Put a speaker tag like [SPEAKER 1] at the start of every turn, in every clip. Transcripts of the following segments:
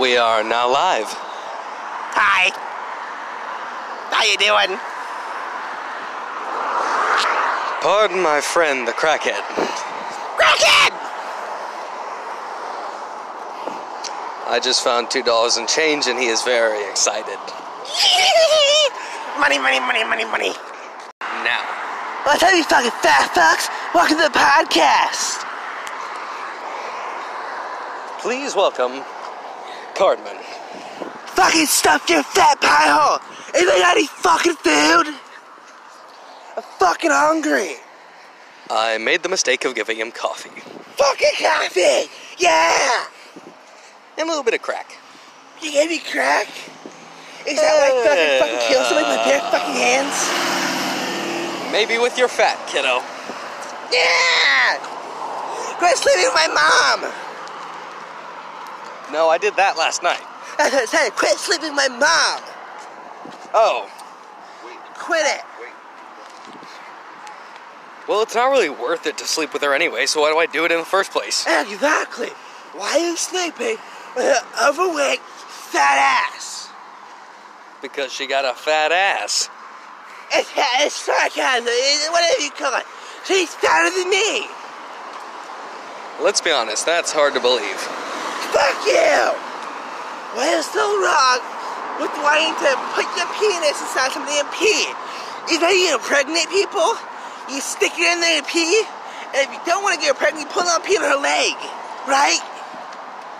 [SPEAKER 1] We are now live.
[SPEAKER 2] Hi. How you doing?
[SPEAKER 1] Pardon my friend, the crackhead.
[SPEAKER 2] Crackhead!
[SPEAKER 1] I just found two dollars in change, and he is very excited.
[SPEAKER 2] money, money, money, money, money.
[SPEAKER 1] Now,
[SPEAKER 2] What's up, you fucking fat fucks? Welcome to the podcast.
[SPEAKER 1] please welcome Cardman.
[SPEAKER 2] Fucking stuffed your fat pie hole. Anybody got any fucking food? I'm fucking hungry.
[SPEAKER 1] I made the mistake of giving him coffee
[SPEAKER 2] Fucking coffee. Yeah.
[SPEAKER 1] and a little bit of crack.
[SPEAKER 2] You gave me crack. Is that why I fucking fucking kill somebody with my bare fucking hands?
[SPEAKER 1] Maybe with your fat kiddo.
[SPEAKER 2] Yeah. Quit sleeping with my mom.
[SPEAKER 1] No, I did that last night.
[SPEAKER 2] That's what I said. Quit sleeping with my mom.
[SPEAKER 1] Oh,
[SPEAKER 2] Quit it.
[SPEAKER 1] well, it's not really worth it to sleep with her anyway. So why do I do it in the first place?
[SPEAKER 2] Exactly. Why are you sleeping with an overweight fat ass?
[SPEAKER 1] Because she got a fat ass.
[SPEAKER 2] It's, it's sarcasm. It's whatever you call it. She's fatter than me.
[SPEAKER 1] Let's be honest, that's hard to believe.
[SPEAKER 2] Fuck you. What is so wrong with wanting to put your penis inside something and pee? Is that you pregnant people? You stick it in there and pee? And if you don't want to get pregnant, you pull out pee on her leg. Right?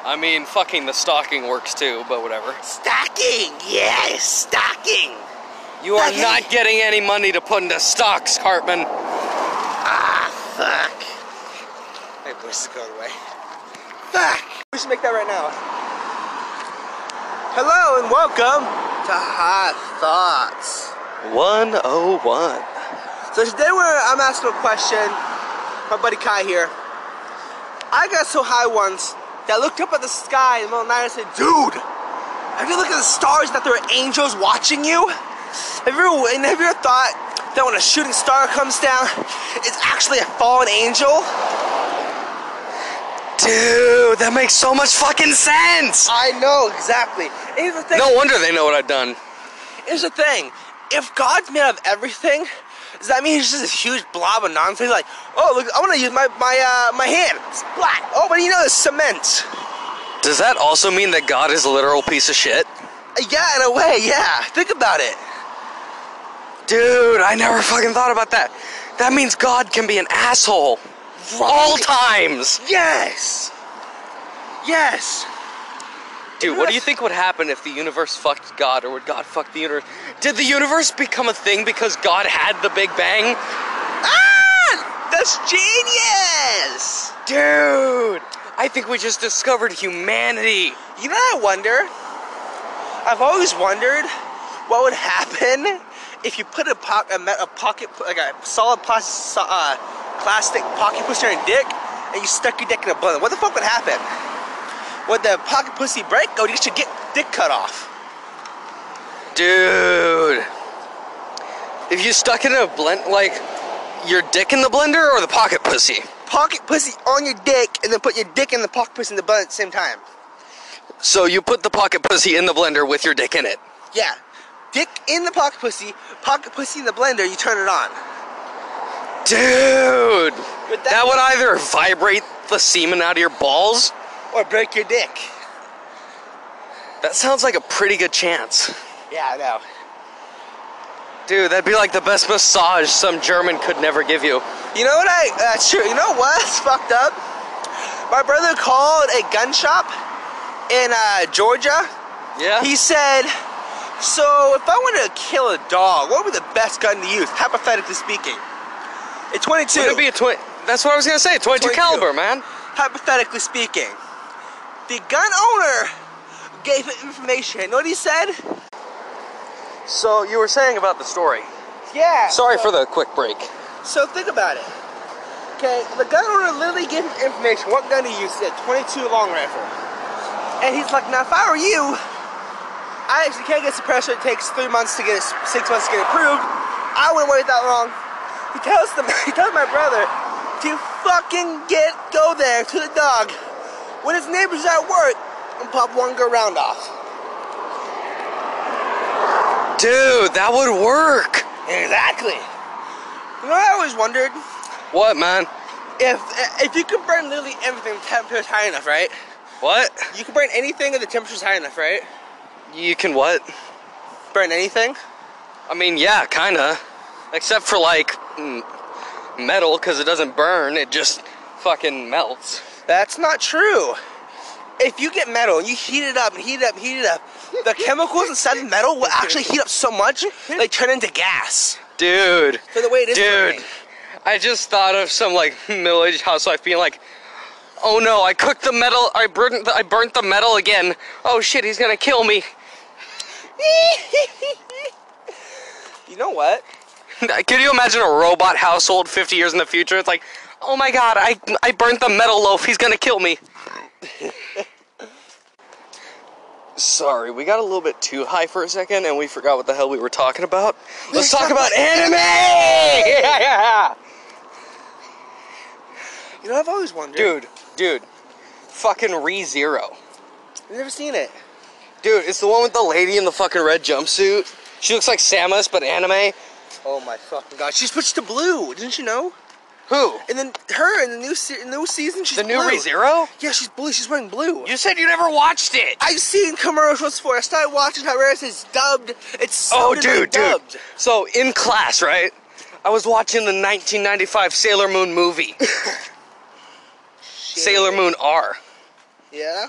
[SPEAKER 1] I mean, fucking the stocking works too, but whatever.
[SPEAKER 2] Stocking. Yes, stocking.
[SPEAKER 1] You are
[SPEAKER 2] Okay.
[SPEAKER 1] not getting any money to put into stocks, Hartman.
[SPEAKER 2] Ah, fuck. My voice is going away. Fuck! We should make that right now. Hello and welcome to Hot Thoughts.
[SPEAKER 1] 101.
[SPEAKER 2] So today we're, I'm asking a question. My buddy Kai here. I got so high once that I looked up at the sky in the middle of the night and said, Dude, have you looked at the stars that there are angels watching you? Have you ever, and have you ever thought that when a shooting star comes down, it's actually a fallen angel?
[SPEAKER 1] Dude, that makes so much fucking sense!
[SPEAKER 2] I know, exactly. Here's the thing.
[SPEAKER 1] No wonder they know what I've done.
[SPEAKER 2] Here's the thing. If God's made of everything, does that mean he's just this huge blob of nonsense? Like, oh look, I want to use my my uh, my hand. Splat. Oh, but you know, it's cement.
[SPEAKER 1] Does that also mean that God is a literal piece of shit?
[SPEAKER 2] Yeah, in a way, yeah. Think about it.
[SPEAKER 1] Dude, I never fucking thought about that. That means God can be an asshole. All times!
[SPEAKER 2] Yes. Yes.
[SPEAKER 1] Dude, what do you think would happen if the universe fucked God, or would God fuck the universe? Did the universe become a thing because God had the Big Bang?
[SPEAKER 2] Ah, that's genius.
[SPEAKER 1] Dude, I think we just discovered humanity.
[SPEAKER 2] You know what I wonder? I've always wondered what would happen if you put a, po- a, me- a pocket, like a solid plastic, so- uh, plastic pocket pussy in your dick, and you stuck your dick in a balloon. What the fuck would happen? Would the pocket pussy break, or would you get your dick- dick cut off?
[SPEAKER 1] Dude. If you stuck it in a blend, like your dick in the blender or the pocket pussy?
[SPEAKER 2] Pocket pussy on your dick, and then put your dick in the pocket pussy in the butt at the same time.
[SPEAKER 1] So you put the pocket pussy in the blender with your dick in it.
[SPEAKER 2] Yeah, dick in the pocket pussy, pocket pussy in the blender. You turn it on.
[SPEAKER 1] Dude.
[SPEAKER 2] But that-
[SPEAKER 1] That, would either vibrate the semen out of your balls.
[SPEAKER 2] Or break your dick.
[SPEAKER 1] That sounds like a pretty good chance.
[SPEAKER 2] Yeah, I know.
[SPEAKER 1] Dude, that'd be like the best massage some German could never give you.
[SPEAKER 2] You know what I, that's true. You know what's fucked up? My brother called a gun shop in uh, Georgia.
[SPEAKER 1] Uh-huh. Yeah?
[SPEAKER 2] He said, so if I wanted to kill a dog, what would be the best gun to use, hypothetically speaking? A 22,
[SPEAKER 1] would it be a twi- That's what I was gonna say, 22,
[SPEAKER 2] 22.
[SPEAKER 1] caliber, man.
[SPEAKER 2] hypothetically speaking. The gun owner gave him information. You know what he said?
[SPEAKER 1] So you were saying about the story.
[SPEAKER 2] Yeah.
[SPEAKER 1] Sorry for the quick break.
[SPEAKER 2] So think about it. Okay, the gun owner literally gave him information. What gun he used? He said 22 long rifle. And he's like, now if I were you, I actually can't get suppressor. It takes three months to get it, six months to get it approved. I wouldn't wait that long. He tells them, he tells my brother to fucking get go there to the dog when his neighbor's at work and pop one good round off.
[SPEAKER 1] Dude, that would work.
[SPEAKER 2] Exactly. You know, what I always wondered
[SPEAKER 1] What, man?
[SPEAKER 2] if if you could burn literally everything, the temperature's high enough, right?
[SPEAKER 1] What?
[SPEAKER 2] You can burn anything if the temperature's high enough, right?
[SPEAKER 1] You can what?
[SPEAKER 2] Burn anything.
[SPEAKER 1] I mean, yeah, kinda. Except for like mm, metal, because it doesn't burn, it just fucking melts.
[SPEAKER 2] That's not true. If you get metal and you heat it up and heat it up, heat it up, the chemicals inside the metal will actually heat up so much they turn into gas.
[SPEAKER 1] Dude.
[SPEAKER 2] So the way it is,
[SPEAKER 1] Dude.
[SPEAKER 2] burning.
[SPEAKER 1] I just thought of some like middle-aged housewife being like, "Oh no, I cooked the metal. I burnt. The, I burnt the metal again. Oh shit, he's gonna kill me."
[SPEAKER 2] you know what?
[SPEAKER 1] Can you imagine a robot household 50 years in the future? It's like, "Oh my god, I I burnt the metal loaf. He's gonna kill me." Sorry, we got a little bit too high for a second, and we forgot what the hell we were talking about. Let's talk about anime. Yeah, yeah.
[SPEAKER 2] You know, I've always wondered.
[SPEAKER 1] dude, dude, fucking Re Zero.
[SPEAKER 2] I've never seen it.
[SPEAKER 1] Dude, it's the one with the lady in the fucking red jumpsuit. She looks like Samus, but anime.
[SPEAKER 2] Oh my fucking god! She switched to blue. Didn't you know?
[SPEAKER 1] Who?
[SPEAKER 2] And then her in the new se- in the new season, she's
[SPEAKER 1] The new
[SPEAKER 2] blue.
[SPEAKER 1] ReZero?
[SPEAKER 2] Yeah, she's blue. She's wearing blue.
[SPEAKER 1] You said you never watched it.
[SPEAKER 2] I've seen commercials for. it. I started watching how rare it's dubbed. It's so
[SPEAKER 1] oh, dude, dude.
[SPEAKER 2] dubbed.
[SPEAKER 1] So in class, right? I was watching the 1995 Sailor Moon movie, Sailor Moon R.
[SPEAKER 2] Yeah.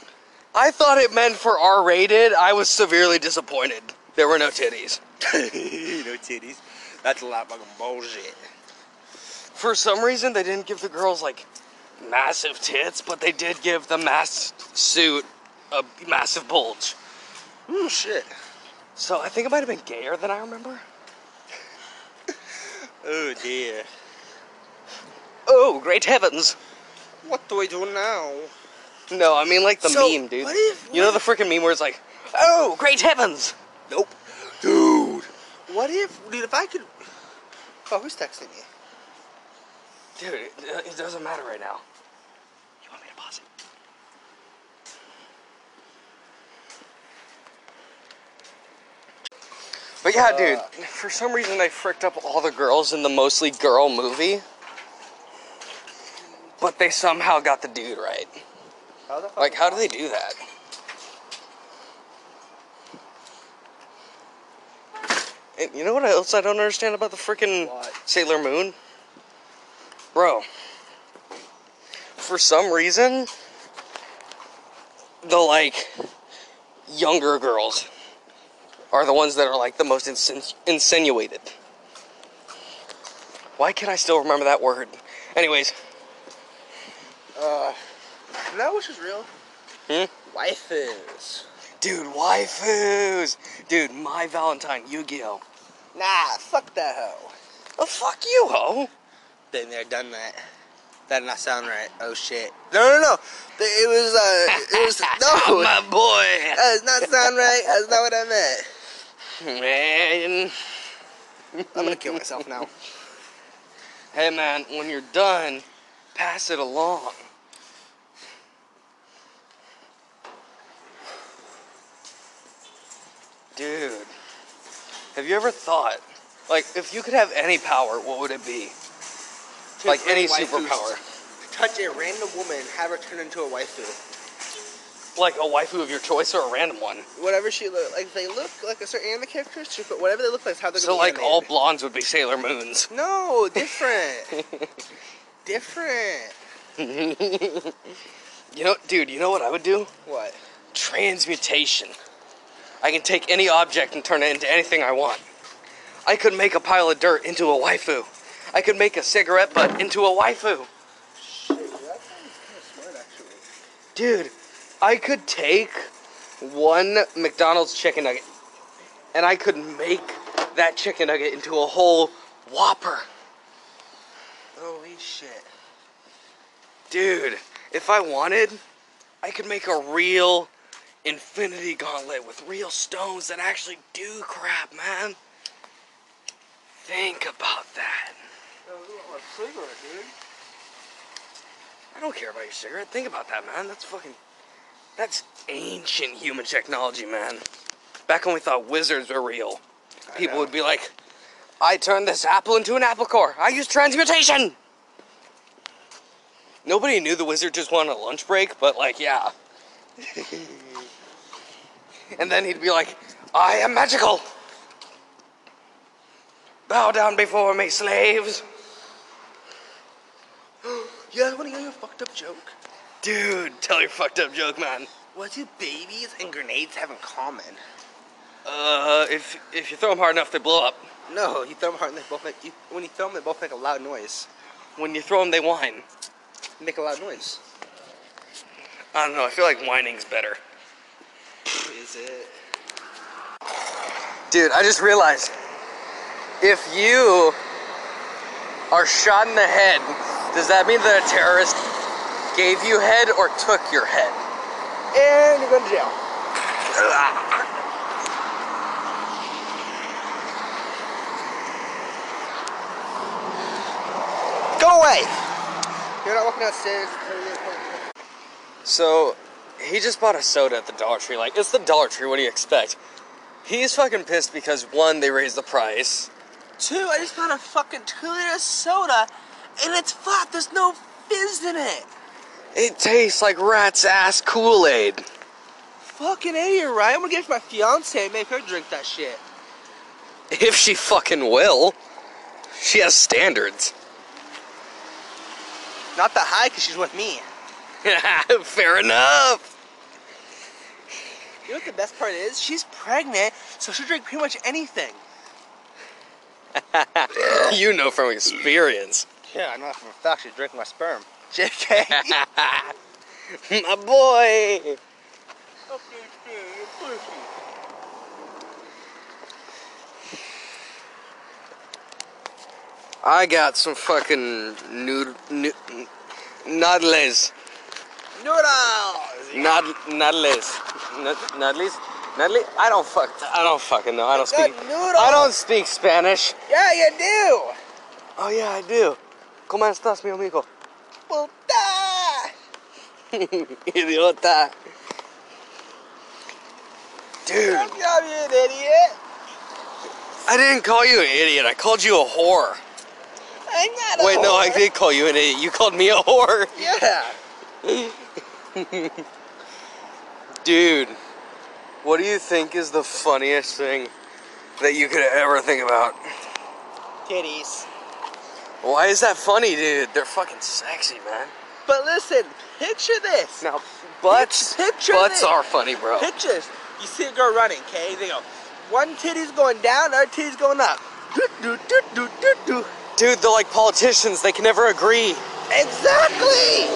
[SPEAKER 1] I thought it meant for R rated. I was severely disappointed. There were no titties.
[SPEAKER 2] no titties. That's a lot of fucking bullshit.
[SPEAKER 1] For some reason, they didn't give the girls like massive tits, but they did give the mass suit a massive bulge.
[SPEAKER 2] Oh shit.
[SPEAKER 1] So I think it might have been gayer than I remember.
[SPEAKER 2] Oh dear.
[SPEAKER 1] Oh, great heavens.
[SPEAKER 2] What do we do now?
[SPEAKER 1] No, I mean like the
[SPEAKER 2] So,
[SPEAKER 1] meme, dude.
[SPEAKER 2] what if-
[SPEAKER 1] you know the freaking meme where it's like, oh, great heavens.
[SPEAKER 2] Nope. Dude. What if, dude? If I could. Oh, who's texting me?
[SPEAKER 1] Dude, it, uh, it doesn't matter right now. You want me to pause it? But yeah, dude, for some reason they fricked up all the girls in the mostly girl movie. But they somehow got the dude right.
[SPEAKER 2] How the fuck?
[SPEAKER 1] Like, how do they do that? And you know what else I don't understand about the freaking
[SPEAKER 2] What?
[SPEAKER 1] Sailor Moon? Bro, for some reason, the like younger girls are the ones that are like the most insin- insinuated. Why can I still remember that word? Anyways,
[SPEAKER 2] Uh, you know which is real?
[SPEAKER 1] Hmm?
[SPEAKER 2] Wife is.
[SPEAKER 1] Dude, waifus! Dude, my Valentine, Yu-Gi-Oh!
[SPEAKER 2] Nah, fuck that hoe.
[SPEAKER 1] Oh, fuck you, ho!
[SPEAKER 2] Been there, done that. That did not sound right. Oh shit. No, no, no. The- It was, uh, it was, no.
[SPEAKER 1] my boy!
[SPEAKER 2] That does not sound right. That's not what I meant.
[SPEAKER 1] Man.
[SPEAKER 2] I'm gonna kill myself now.
[SPEAKER 1] Hey, man, when you're done, pass it along. Dude, have you ever thought, like, if you could have any power, what would it be? Like, any
[SPEAKER 2] Waifus.
[SPEAKER 1] superpower.
[SPEAKER 2] Touch a random woman, have her turn into a waifu.
[SPEAKER 1] Like, a waifu of your choice or a random one?
[SPEAKER 2] Whatever she look like, they look like a certain anime character. She put whatever they look like. is How they're
[SPEAKER 1] So,
[SPEAKER 2] gonna
[SPEAKER 1] like,
[SPEAKER 2] be
[SPEAKER 1] all
[SPEAKER 2] animated.
[SPEAKER 1] blondes would be Sailor Moons.
[SPEAKER 2] No, different. different.
[SPEAKER 1] You know, dude, you know what I would do?
[SPEAKER 2] What?
[SPEAKER 1] Transmutation. I can take any object and turn it into anything I want. I could make a pile of dirt into a waifu. I could make a cigarette butt into a waifu.
[SPEAKER 2] Shit, that sounds kind of smart actually.
[SPEAKER 1] Dude, I could take one McDonald's chicken nugget and I could make that chicken nugget into a whole whopper.
[SPEAKER 2] Holy shit.
[SPEAKER 1] Dude, if I wanted, I could make a real infinity gauntlet with real stones that actually do crap, man. Think about that. I don't care about your cigarette. Think about that, man. That's fucking That's ancient human technology, man. Back when we thought wizards were real, people
[SPEAKER 2] know.
[SPEAKER 1] would be like, I turned this apple into an apple core. I use transmutation. Nobody knew the wizard just wanted a lunch break, but like, yeah. and then he'd be like, I am magical. Bow down before me, slaves.
[SPEAKER 2] Yeah, I wanna hear your fucked up joke?
[SPEAKER 1] Dude, tell your fucked up joke, man.
[SPEAKER 2] What do babies and grenades have in common?
[SPEAKER 1] Uh, if if you throw them hard enough, they blow up.
[SPEAKER 2] No, you throw them hard and they both make. You, when you throw them, they both make a loud noise.
[SPEAKER 1] When you throw them, they whine.
[SPEAKER 2] They make a loud noise.
[SPEAKER 1] I don't know. I feel like whining's better.
[SPEAKER 2] Is it?
[SPEAKER 1] Dude, I just realized if you are shot in the head, does that mean that a terrorist gave you head or took your head?
[SPEAKER 2] And you're going to jail. Go away. You're not walking downstairs.
[SPEAKER 1] So he just bought a soda at the Dollar Tree. Like, it's the Dollar Tree, what do you expect? He's fucking pissed because one, they raised the price.
[SPEAKER 2] Two, I just bought a fucking two liter soda, and it's flat. There's no fizz in it.
[SPEAKER 1] It tastes like rat's ass Kool-Aid.
[SPEAKER 2] Fucking idiot, right? I'm gonna give it to my fiance and make her drink that shit.
[SPEAKER 1] If she fucking will. She has standards.
[SPEAKER 2] Not that high, cause she's with me.
[SPEAKER 1] Fair enough.
[SPEAKER 2] You know what the best part is? She's pregnant, so she'll drink pretty much anything.
[SPEAKER 1] You know from experience.
[SPEAKER 2] Yeah, I know that for a fact. She's drinking my sperm. JK.
[SPEAKER 1] My boy. I got some fucking nude, nude noodles,
[SPEAKER 2] Noodles.
[SPEAKER 1] Nod, noodles, Nud- noodles, noodles. I don't fuck. I don't fucking know. I don't
[SPEAKER 2] got
[SPEAKER 1] speak.
[SPEAKER 2] noodles.
[SPEAKER 1] I don't speak Spanish.
[SPEAKER 2] Yeah, you do.
[SPEAKER 1] Oh yeah, I do. ¿Cómo estás, mi amigo?
[SPEAKER 2] Puta.
[SPEAKER 1] Idiota. Dude,
[SPEAKER 2] Good job, you idiot.
[SPEAKER 1] I didn't call you an idiot. I called you a whore.
[SPEAKER 2] I'm not a
[SPEAKER 1] Wait, no, I
[SPEAKER 2] whore.
[SPEAKER 1] did call you an idiot. You called me a whore.
[SPEAKER 2] Yeah.
[SPEAKER 1] Dude, what do you think is the funniest thing that you could ever think about?
[SPEAKER 2] Titties.
[SPEAKER 1] Why is that funny, dude? They're fucking sexy, man.
[SPEAKER 2] But listen, picture this.
[SPEAKER 1] Now, butts,
[SPEAKER 2] Picture- picture
[SPEAKER 1] butts
[SPEAKER 2] this.
[SPEAKER 1] are funny, bro.
[SPEAKER 2] Pictures. You see a girl running, okay? They go, one titty's going down, other titty's going up. Do, do, do, do, do, do.
[SPEAKER 1] Dude, they're like politicians. They can never agree.
[SPEAKER 2] Exactly!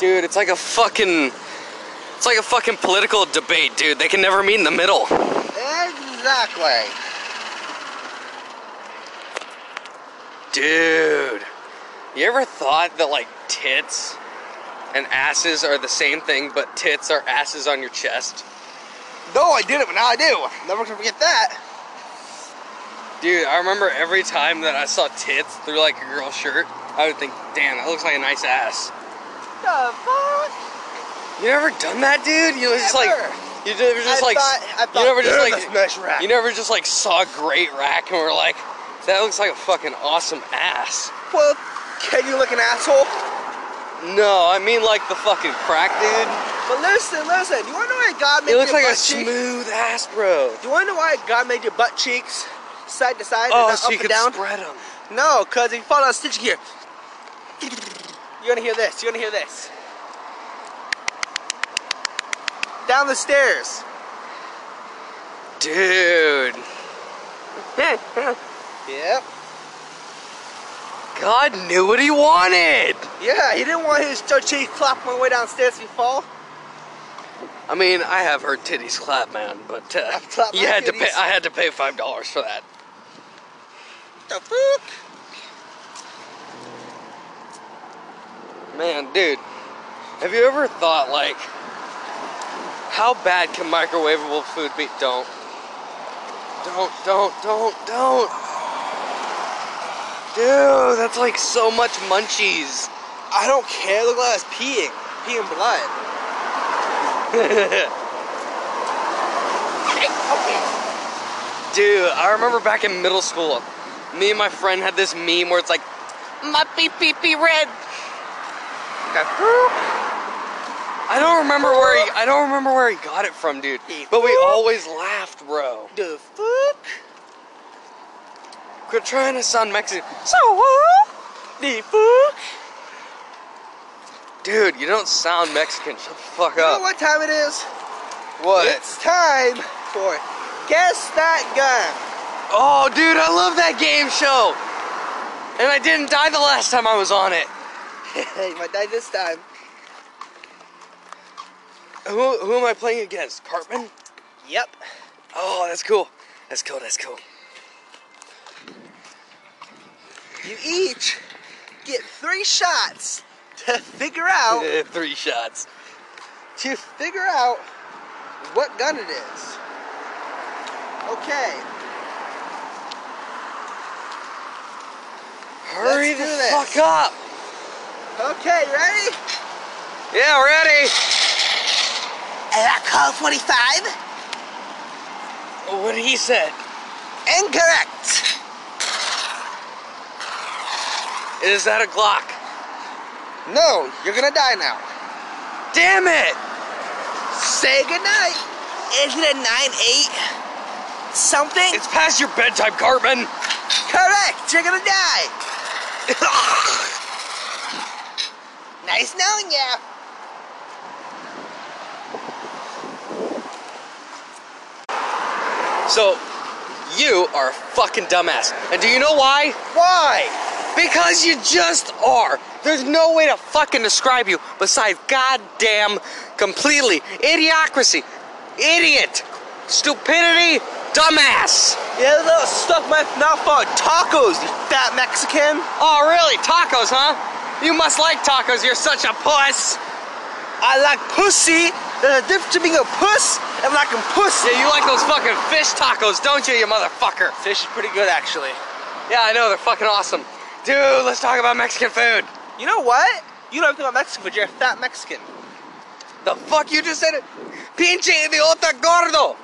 [SPEAKER 1] Dude, it's like a fucking, it's like a fucking political debate, dude. They can never meet in the middle.
[SPEAKER 2] Exactly.
[SPEAKER 1] Dude, you ever thought that like tits and asses are the same thing, but tits are asses on your chest?
[SPEAKER 2] No, I didn't, but now I do. Never gonna forget that.
[SPEAKER 1] Dude, I remember every time that I saw tits through like a girl's shirt, I would think, damn, that looks like a nice ass.
[SPEAKER 2] The fuck?
[SPEAKER 1] You never done that, dude? You just like,
[SPEAKER 2] Never.
[SPEAKER 1] you never just
[SPEAKER 2] I
[SPEAKER 1] like,
[SPEAKER 2] thought, I thought,
[SPEAKER 1] you never just
[SPEAKER 2] "Damn,
[SPEAKER 1] like,
[SPEAKER 2] that's nice rack.
[SPEAKER 1] you never just like saw a great rack and were like, that looks like a fucking awesome ass.
[SPEAKER 2] well, can you look an asshole?
[SPEAKER 1] No, I mean like the fucking crack, dude.
[SPEAKER 2] But listen, listen. You wanna know why God made
[SPEAKER 1] It looks
[SPEAKER 2] your
[SPEAKER 1] like a
[SPEAKER 2] butt cheeks?
[SPEAKER 1] smooth ass, bro.
[SPEAKER 2] You wanna know why God made your butt cheeks side to side and
[SPEAKER 1] Oh,
[SPEAKER 2] not
[SPEAKER 1] so
[SPEAKER 2] up
[SPEAKER 1] you
[SPEAKER 2] and
[SPEAKER 1] could
[SPEAKER 2] down?
[SPEAKER 1] spread them.
[SPEAKER 2] No, cause if you fall on a stitch gear, you're gonna hear this. You're gonna hear this. Down the stairs.
[SPEAKER 1] Dude,
[SPEAKER 2] Yep.
[SPEAKER 1] God knew what he wanted.
[SPEAKER 2] Yeah, he didn't want his butt cheek clapping my way downstairs if you fall.
[SPEAKER 1] I mean, I have heard titties clap, man, but uh,
[SPEAKER 2] I've clapped
[SPEAKER 1] you
[SPEAKER 2] my
[SPEAKER 1] had to pay.
[SPEAKER 2] titties.
[SPEAKER 1] I had to pay five dollars for that.
[SPEAKER 2] the fuck?
[SPEAKER 1] Man, dude, have you ever thought like, how bad can microwavable food be? Don't, don't, don't, don't, don't, dude. That's like so much munchies.
[SPEAKER 2] I don't care. Look like I was peeing, peeing blood.
[SPEAKER 1] Dude, I remember back in middle school, me and my friend had this meme where it's like, my pee pee pee red. I don't remember where he, I don't remember where he got it from, dude. But we always laughed, bro.
[SPEAKER 2] The fuck?
[SPEAKER 1] Quit trying to sound Mexican.
[SPEAKER 2] So what? The fuck?
[SPEAKER 1] Dude, you don't sound Mexican. Shut the fuck
[SPEAKER 2] You know
[SPEAKER 1] up.
[SPEAKER 2] what time it is?
[SPEAKER 1] What?
[SPEAKER 2] It's time for Guess That Gun.
[SPEAKER 1] Oh, dude, I love that game show. And I didn't die the last time I was on it.
[SPEAKER 2] Hey, my dad this time.
[SPEAKER 1] Who, who am I playing against? Cartman?
[SPEAKER 2] Yep.
[SPEAKER 1] Oh, that's cool. That's cool. That's cool.
[SPEAKER 2] You each get three shots to figure out
[SPEAKER 1] Eh, Three shots.
[SPEAKER 2] to figure out what gun it is. Okay.
[SPEAKER 1] Hurry
[SPEAKER 2] Let's do
[SPEAKER 1] the
[SPEAKER 2] this.
[SPEAKER 1] fuck up.
[SPEAKER 2] Okay, you ready?
[SPEAKER 1] Yeah, ready.
[SPEAKER 2] And I call 45.
[SPEAKER 1] What he said.
[SPEAKER 2] Incorrect.
[SPEAKER 1] Is that a Glock?
[SPEAKER 2] No, you're gonna die now.
[SPEAKER 1] Damn it!
[SPEAKER 2] Say goodnight. Is it a 9-8? Something?
[SPEAKER 1] It's past your bedtime, Cartman.
[SPEAKER 2] correct. You're gonna die. Nice knowing ya.
[SPEAKER 1] so, you are a fucking dumbass. And do you know why?
[SPEAKER 2] Why?
[SPEAKER 1] Because you just are. There's no way to fucking describe you besides goddamn completely idiocracy, idiot, stupidity, dumbass.
[SPEAKER 2] Yeah, little stuck my mouth for tacos, you fat Mexican.
[SPEAKER 1] Oh, really? Tacos, huh? You must like tacos. You're such a puss.
[SPEAKER 2] I like pussy. There's a difference between being a puss and liking pussy.
[SPEAKER 1] Yeah, you like those fucking fish tacos, don't you, you motherfucker?
[SPEAKER 2] Fish is pretty good, actually.
[SPEAKER 1] Yeah, I know. They're fucking awesome. Dude, let's talk about Mexican food.
[SPEAKER 2] You know what? You don't think I'm Mexican, but you're a fat Mexican.
[SPEAKER 1] The fuck you just said? Pinche idiota gordo.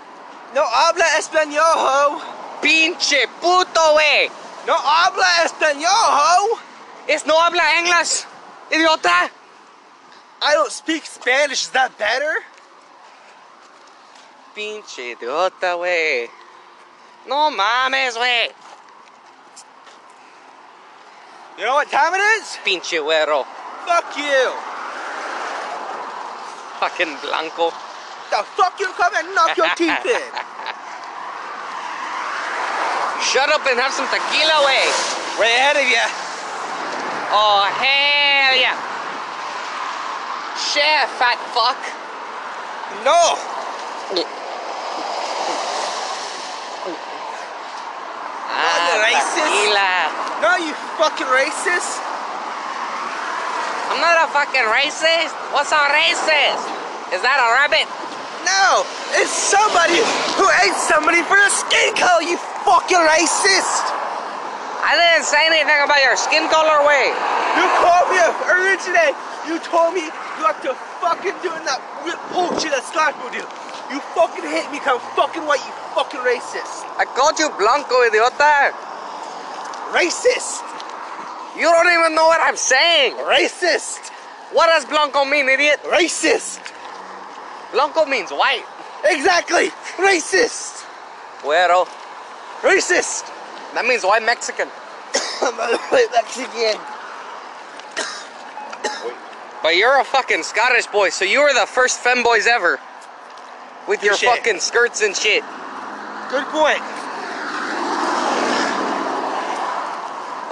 [SPEAKER 2] No habla español, ho.
[SPEAKER 1] Pinche puto wey.
[SPEAKER 2] No habla español, ho.
[SPEAKER 1] Es no habla inglés, idiota.
[SPEAKER 2] I don't speak Spanish. Is that better?
[SPEAKER 1] Pinche idiota, wey. No mames, wey.
[SPEAKER 2] You know what time it is?
[SPEAKER 1] Pinche güero.
[SPEAKER 2] Fuck you.
[SPEAKER 1] Fucking blanco.
[SPEAKER 2] The fuck you come and knock your teeth in.
[SPEAKER 1] Shut up and have some tequila, wey.
[SPEAKER 2] Way ahead of ya.
[SPEAKER 1] Oh, hell yeah. Share, fat fuck.
[SPEAKER 2] No.
[SPEAKER 1] Ah,
[SPEAKER 2] racist.
[SPEAKER 1] tequila.
[SPEAKER 2] No, you fucking racist.
[SPEAKER 1] I'm not a fucking racist. What's a racist? Is that a rabbit?
[SPEAKER 2] No. It's somebody who ate somebody for their skin color, you fucking racist.
[SPEAKER 1] I didn't say anything about your skin color, way.
[SPEAKER 2] You called me a originate. You told me you like to fucking doing that rip bullshit that's not with you. You fucking hate me, come fucking white, you fucking racist.
[SPEAKER 1] I called you Blanco, idiota.
[SPEAKER 2] Racist!
[SPEAKER 1] You don't even know what I'm saying.
[SPEAKER 2] Racist!
[SPEAKER 1] What does Blanco mean, idiot?
[SPEAKER 2] Racist!
[SPEAKER 1] Blanco means white.
[SPEAKER 2] Exactly! Racist!
[SPEAKER 1] Güero.
[SPEAKER 2] Racist!
[SPEAKER 1] That means white Mexican.
[SPEAKER 2] I'm a white Mexican.
[SPEAKER 1] But you're a fucking Scottish boy, so you were the first femboys ever. With your
[SPEAKER 2] Appreciate it.
[SPEAKER 1] fucking skirts and shit.
[SPEAKER 2] Good point.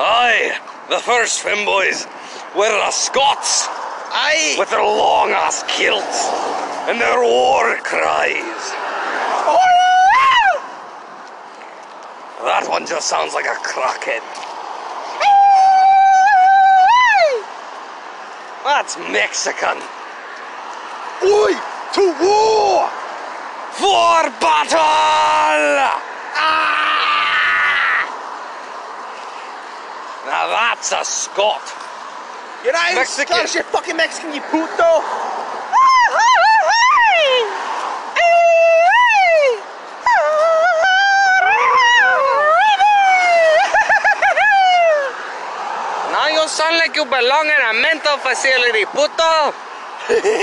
[SPEAKER 1] Aye, the first femboys were the Scots
[SPEAKER 2] I.
[SPEAKER 1] with their long ass kilts and their war cries.
[SPEAKER 2] Oh,
[SPEAKER 1] That one just sounds like a crackhead. That's Mexican.
[SPEAKER 2] Oi! To war!
[SPEAKER 1] For battle! Ah! Now that's a Scot.
[SPEAKER 2] Yo, You're not even
[SPEAKER 1] Mexican.
[SPEAKER 2] Scottish, you're fucking Mexican, you puto.
[SPEAKER 1] Now you sound like you belong in a mental facility, puto.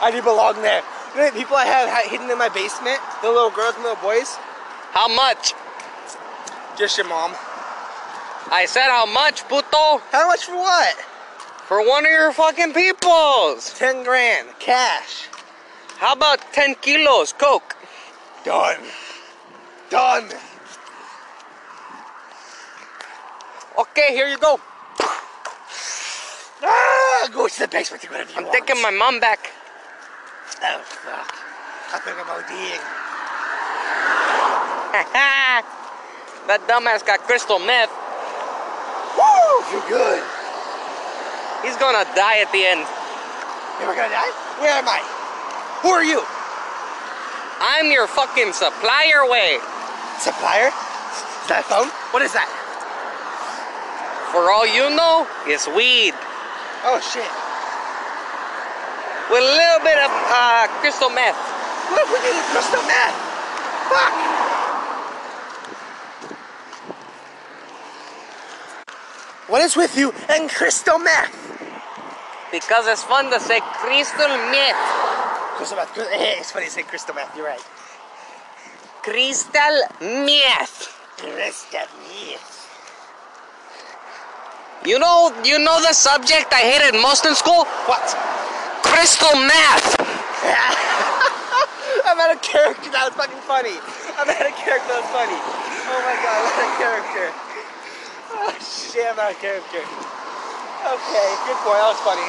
[SPEAKER 2] I do belong there. You know the people I have ha- hidden in my basement, the little girls and little boys,
[SPEAKER 1] How much?
[SPEAKER 2] just your mom.
[SPEAKER 1] I said how much, puto?
[SPEAKER 2] How much for what?
[SPEAKER 1] For one of your fucking peoples.
[SPEAKER 2] Ten grand, cash.
[SPEAKER 1] How about 10 kilos coke?
[SPEAKER 2] Done. Done.
[SPEAKER 1] Okay, here you go.
[SPEAKER 2] Ah, go to the basement to whatever you
[SPEAKER 1] I'm
[SPEAKER 2] want.
[SPEAKER 1] taking my mom back.
[SPEAKER 2] Oh fuck. I think I'm ODing.
[SPEAKER 1] that dumbass got crystal meth.
[SPEAKER 2] Woo! You're good.
[SPEAKER 1] He's gonna die at the end.
[SPEAKER 2] Am I gonna die? Where am I? Who are you?
[SPEAKER 1] I'm your fucking supplier way.
[SPEAKER 2] Supplier? Is that a phone? What is that?
[SPEAKER 1] For all you know, it's weed.
[SPEAKER 2] Oh shit.
[SPEAKER 1] With a little bit of uh, crystal meth.
[SPEAKER 2] What if we need crystal meth? Fuck! What is with you and crystal meth?
[SPEAKER 1] Because it's fun to say crystal meth.
[SPEAKER 2] Crystal meth. cr- Hey, it's funny to say crystal meth. You're right.
[SPEAKER 1] Crystal meth.
[SPEAKER 2] Crystal meth.
[SPEAKER 1] You know, you know the subject I hated most in school?
[SPEAKER 2] What?
[SPEAKER 1] Crystal meth.
[SPEAKER 2] I'm out of character. That was fucking funny. I'm out of character. That was funny. Oh my god, I'm out of character. Oh shit, I'm out of character. Okay, good boy. That was funny.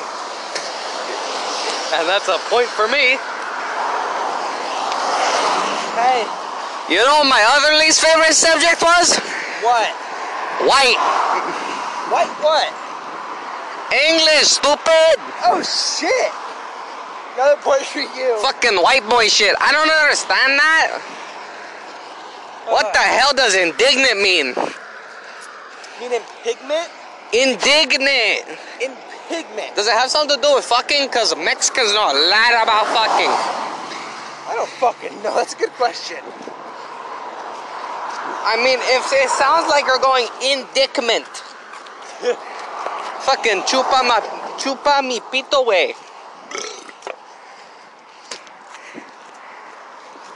[SPEAKER 1] And that's a point for me.
[SPEAKER 2] Hey,
[SPEAKER 1] You know what my other least favorite subject was?
[SPEAKER 2] what?
[SPEAKER 1] White.
[SPEAKER 2] What? What?
[SPEAKER 1] English, stupid.
[SPEAKER 2] Oh shit! Another point for you.
[SPEAKER 1] Fucking white boy shit. I don't understand that. What the hell does indignant mean?
[SPEAKER 2] Meaning pigment?
[SPEAKER 1] Indignant.
[SPEAKER 2] In pigment.
[SPEAKER 1] Does it have something to do with fucking? Because Mexicans know a lot about fucking.
[SPEAKER 2] I don't fucking know. That's a good question.
[SPEAKER 1] I mean, if it sounds like you're going indictment. fucking chupa ma, chupa mi pito way.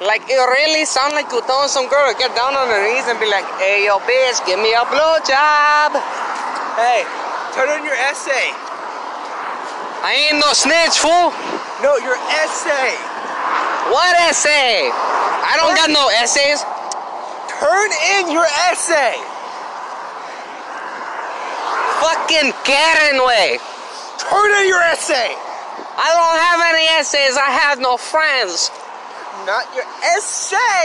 [SPEAKER 1] Like it really sound like you telling some girl to get down on her knees and be like, "Hey yo, bitch, give me a blowjob."
[SPEAKER 2] Hey, turn on your essay.
[SPEAKER 1] I ain't no snitch, fool.
[SPEAKER 2] No, your essay.
[SPEAKER 1] What essay? I don't got no essays.
[SPEAKER 2] Turn in your essay.
[SPEAKER 1] Fucking Karen way.
[SPEAKER 2] Turn in your essay.
[SPEAKER 1] I don't have any essays. I have no friends.
[SPEAKER 2] Not your essay.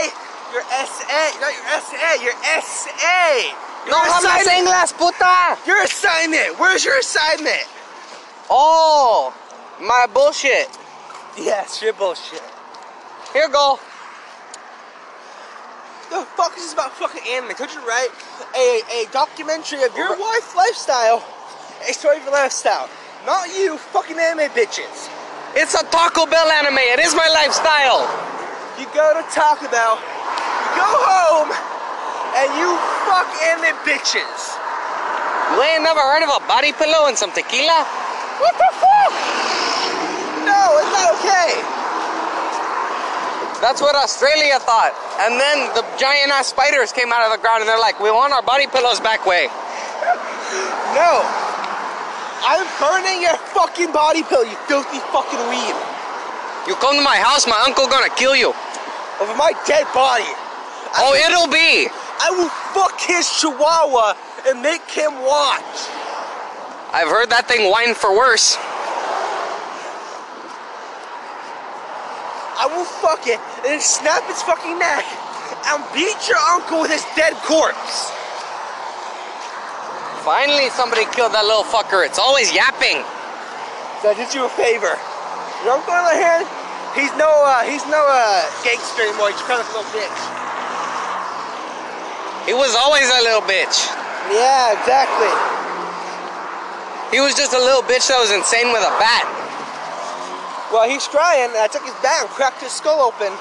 [SPEAKER 2] Your essay. Not your essay. Your essay.
[SPEAKER 1] No
[SPEAKER 2] Your
[SPEAKER 1] hablas
[SPEAKER 2] assignment.
[SPEAKER 1] inglés, puta.
[SPEAKER 2] Your assignment. Where's your assignment?
[SPEAKER 1] Oh, my bullshit.
[SPEAKER 2] Yes, your bullshit.
[SPEAKER 1] Here go.
[SPEAKER 2] The fuck is this about fucking anime? Could you write a, a documentary of your wife lifestyle? A story of your lifestyle. Not you fucking anime bitches.
[SPEAKER 1] It's a Taco Bell anime. It is my lifestyle.
[SPEAKER 2] You go to Taco Bell, you go home, and you fuck anime bitches.
[SPEAKER 1] You ain't never heard of a body pillow and some tequila?
[SPEAKER 2] What the fuck? No, it's not okay.
[SPEAKER 1] That's what Australia thought. And then the giant ass spiders came out of the ground and they're like, we want our body pillows back way.
[SPEAKER 2] No. I'm burning your fucking body pill, you filthy fucking weed.
[SPEAKER 1] You come to my house, my uncle gonna kill you.
[SPEAKER 2] Over my dead body.
[SPEAKER 1] Oh, it'll be.
[SPEAKER 2] I will fuck his chihuahua and make him watch.
[SPEAKER 1] I've heard that thing whine for worse.
[SPEAKER 2] I will fuck it and then snap its fucking neck and beat your uncle with his dead corpse.
[SPEAKER 1] Finally, somebody killed that little fucker. It's always yapping.
[SPEAKER 2] So I did you a favor. Your uncle on the other hand, he's no uh, he's no uh, gangster anymore. He's kind of a little bitch.
[SPEAKER 1] He was always a little bitch.
[SPEAKER 2] Yeah, exactly.
[SPEAKER 1] He was just a little bitch that was insane with a bat.
[SPEAKER 2] Well, he's crying. and I took his bat and cracked his skull open.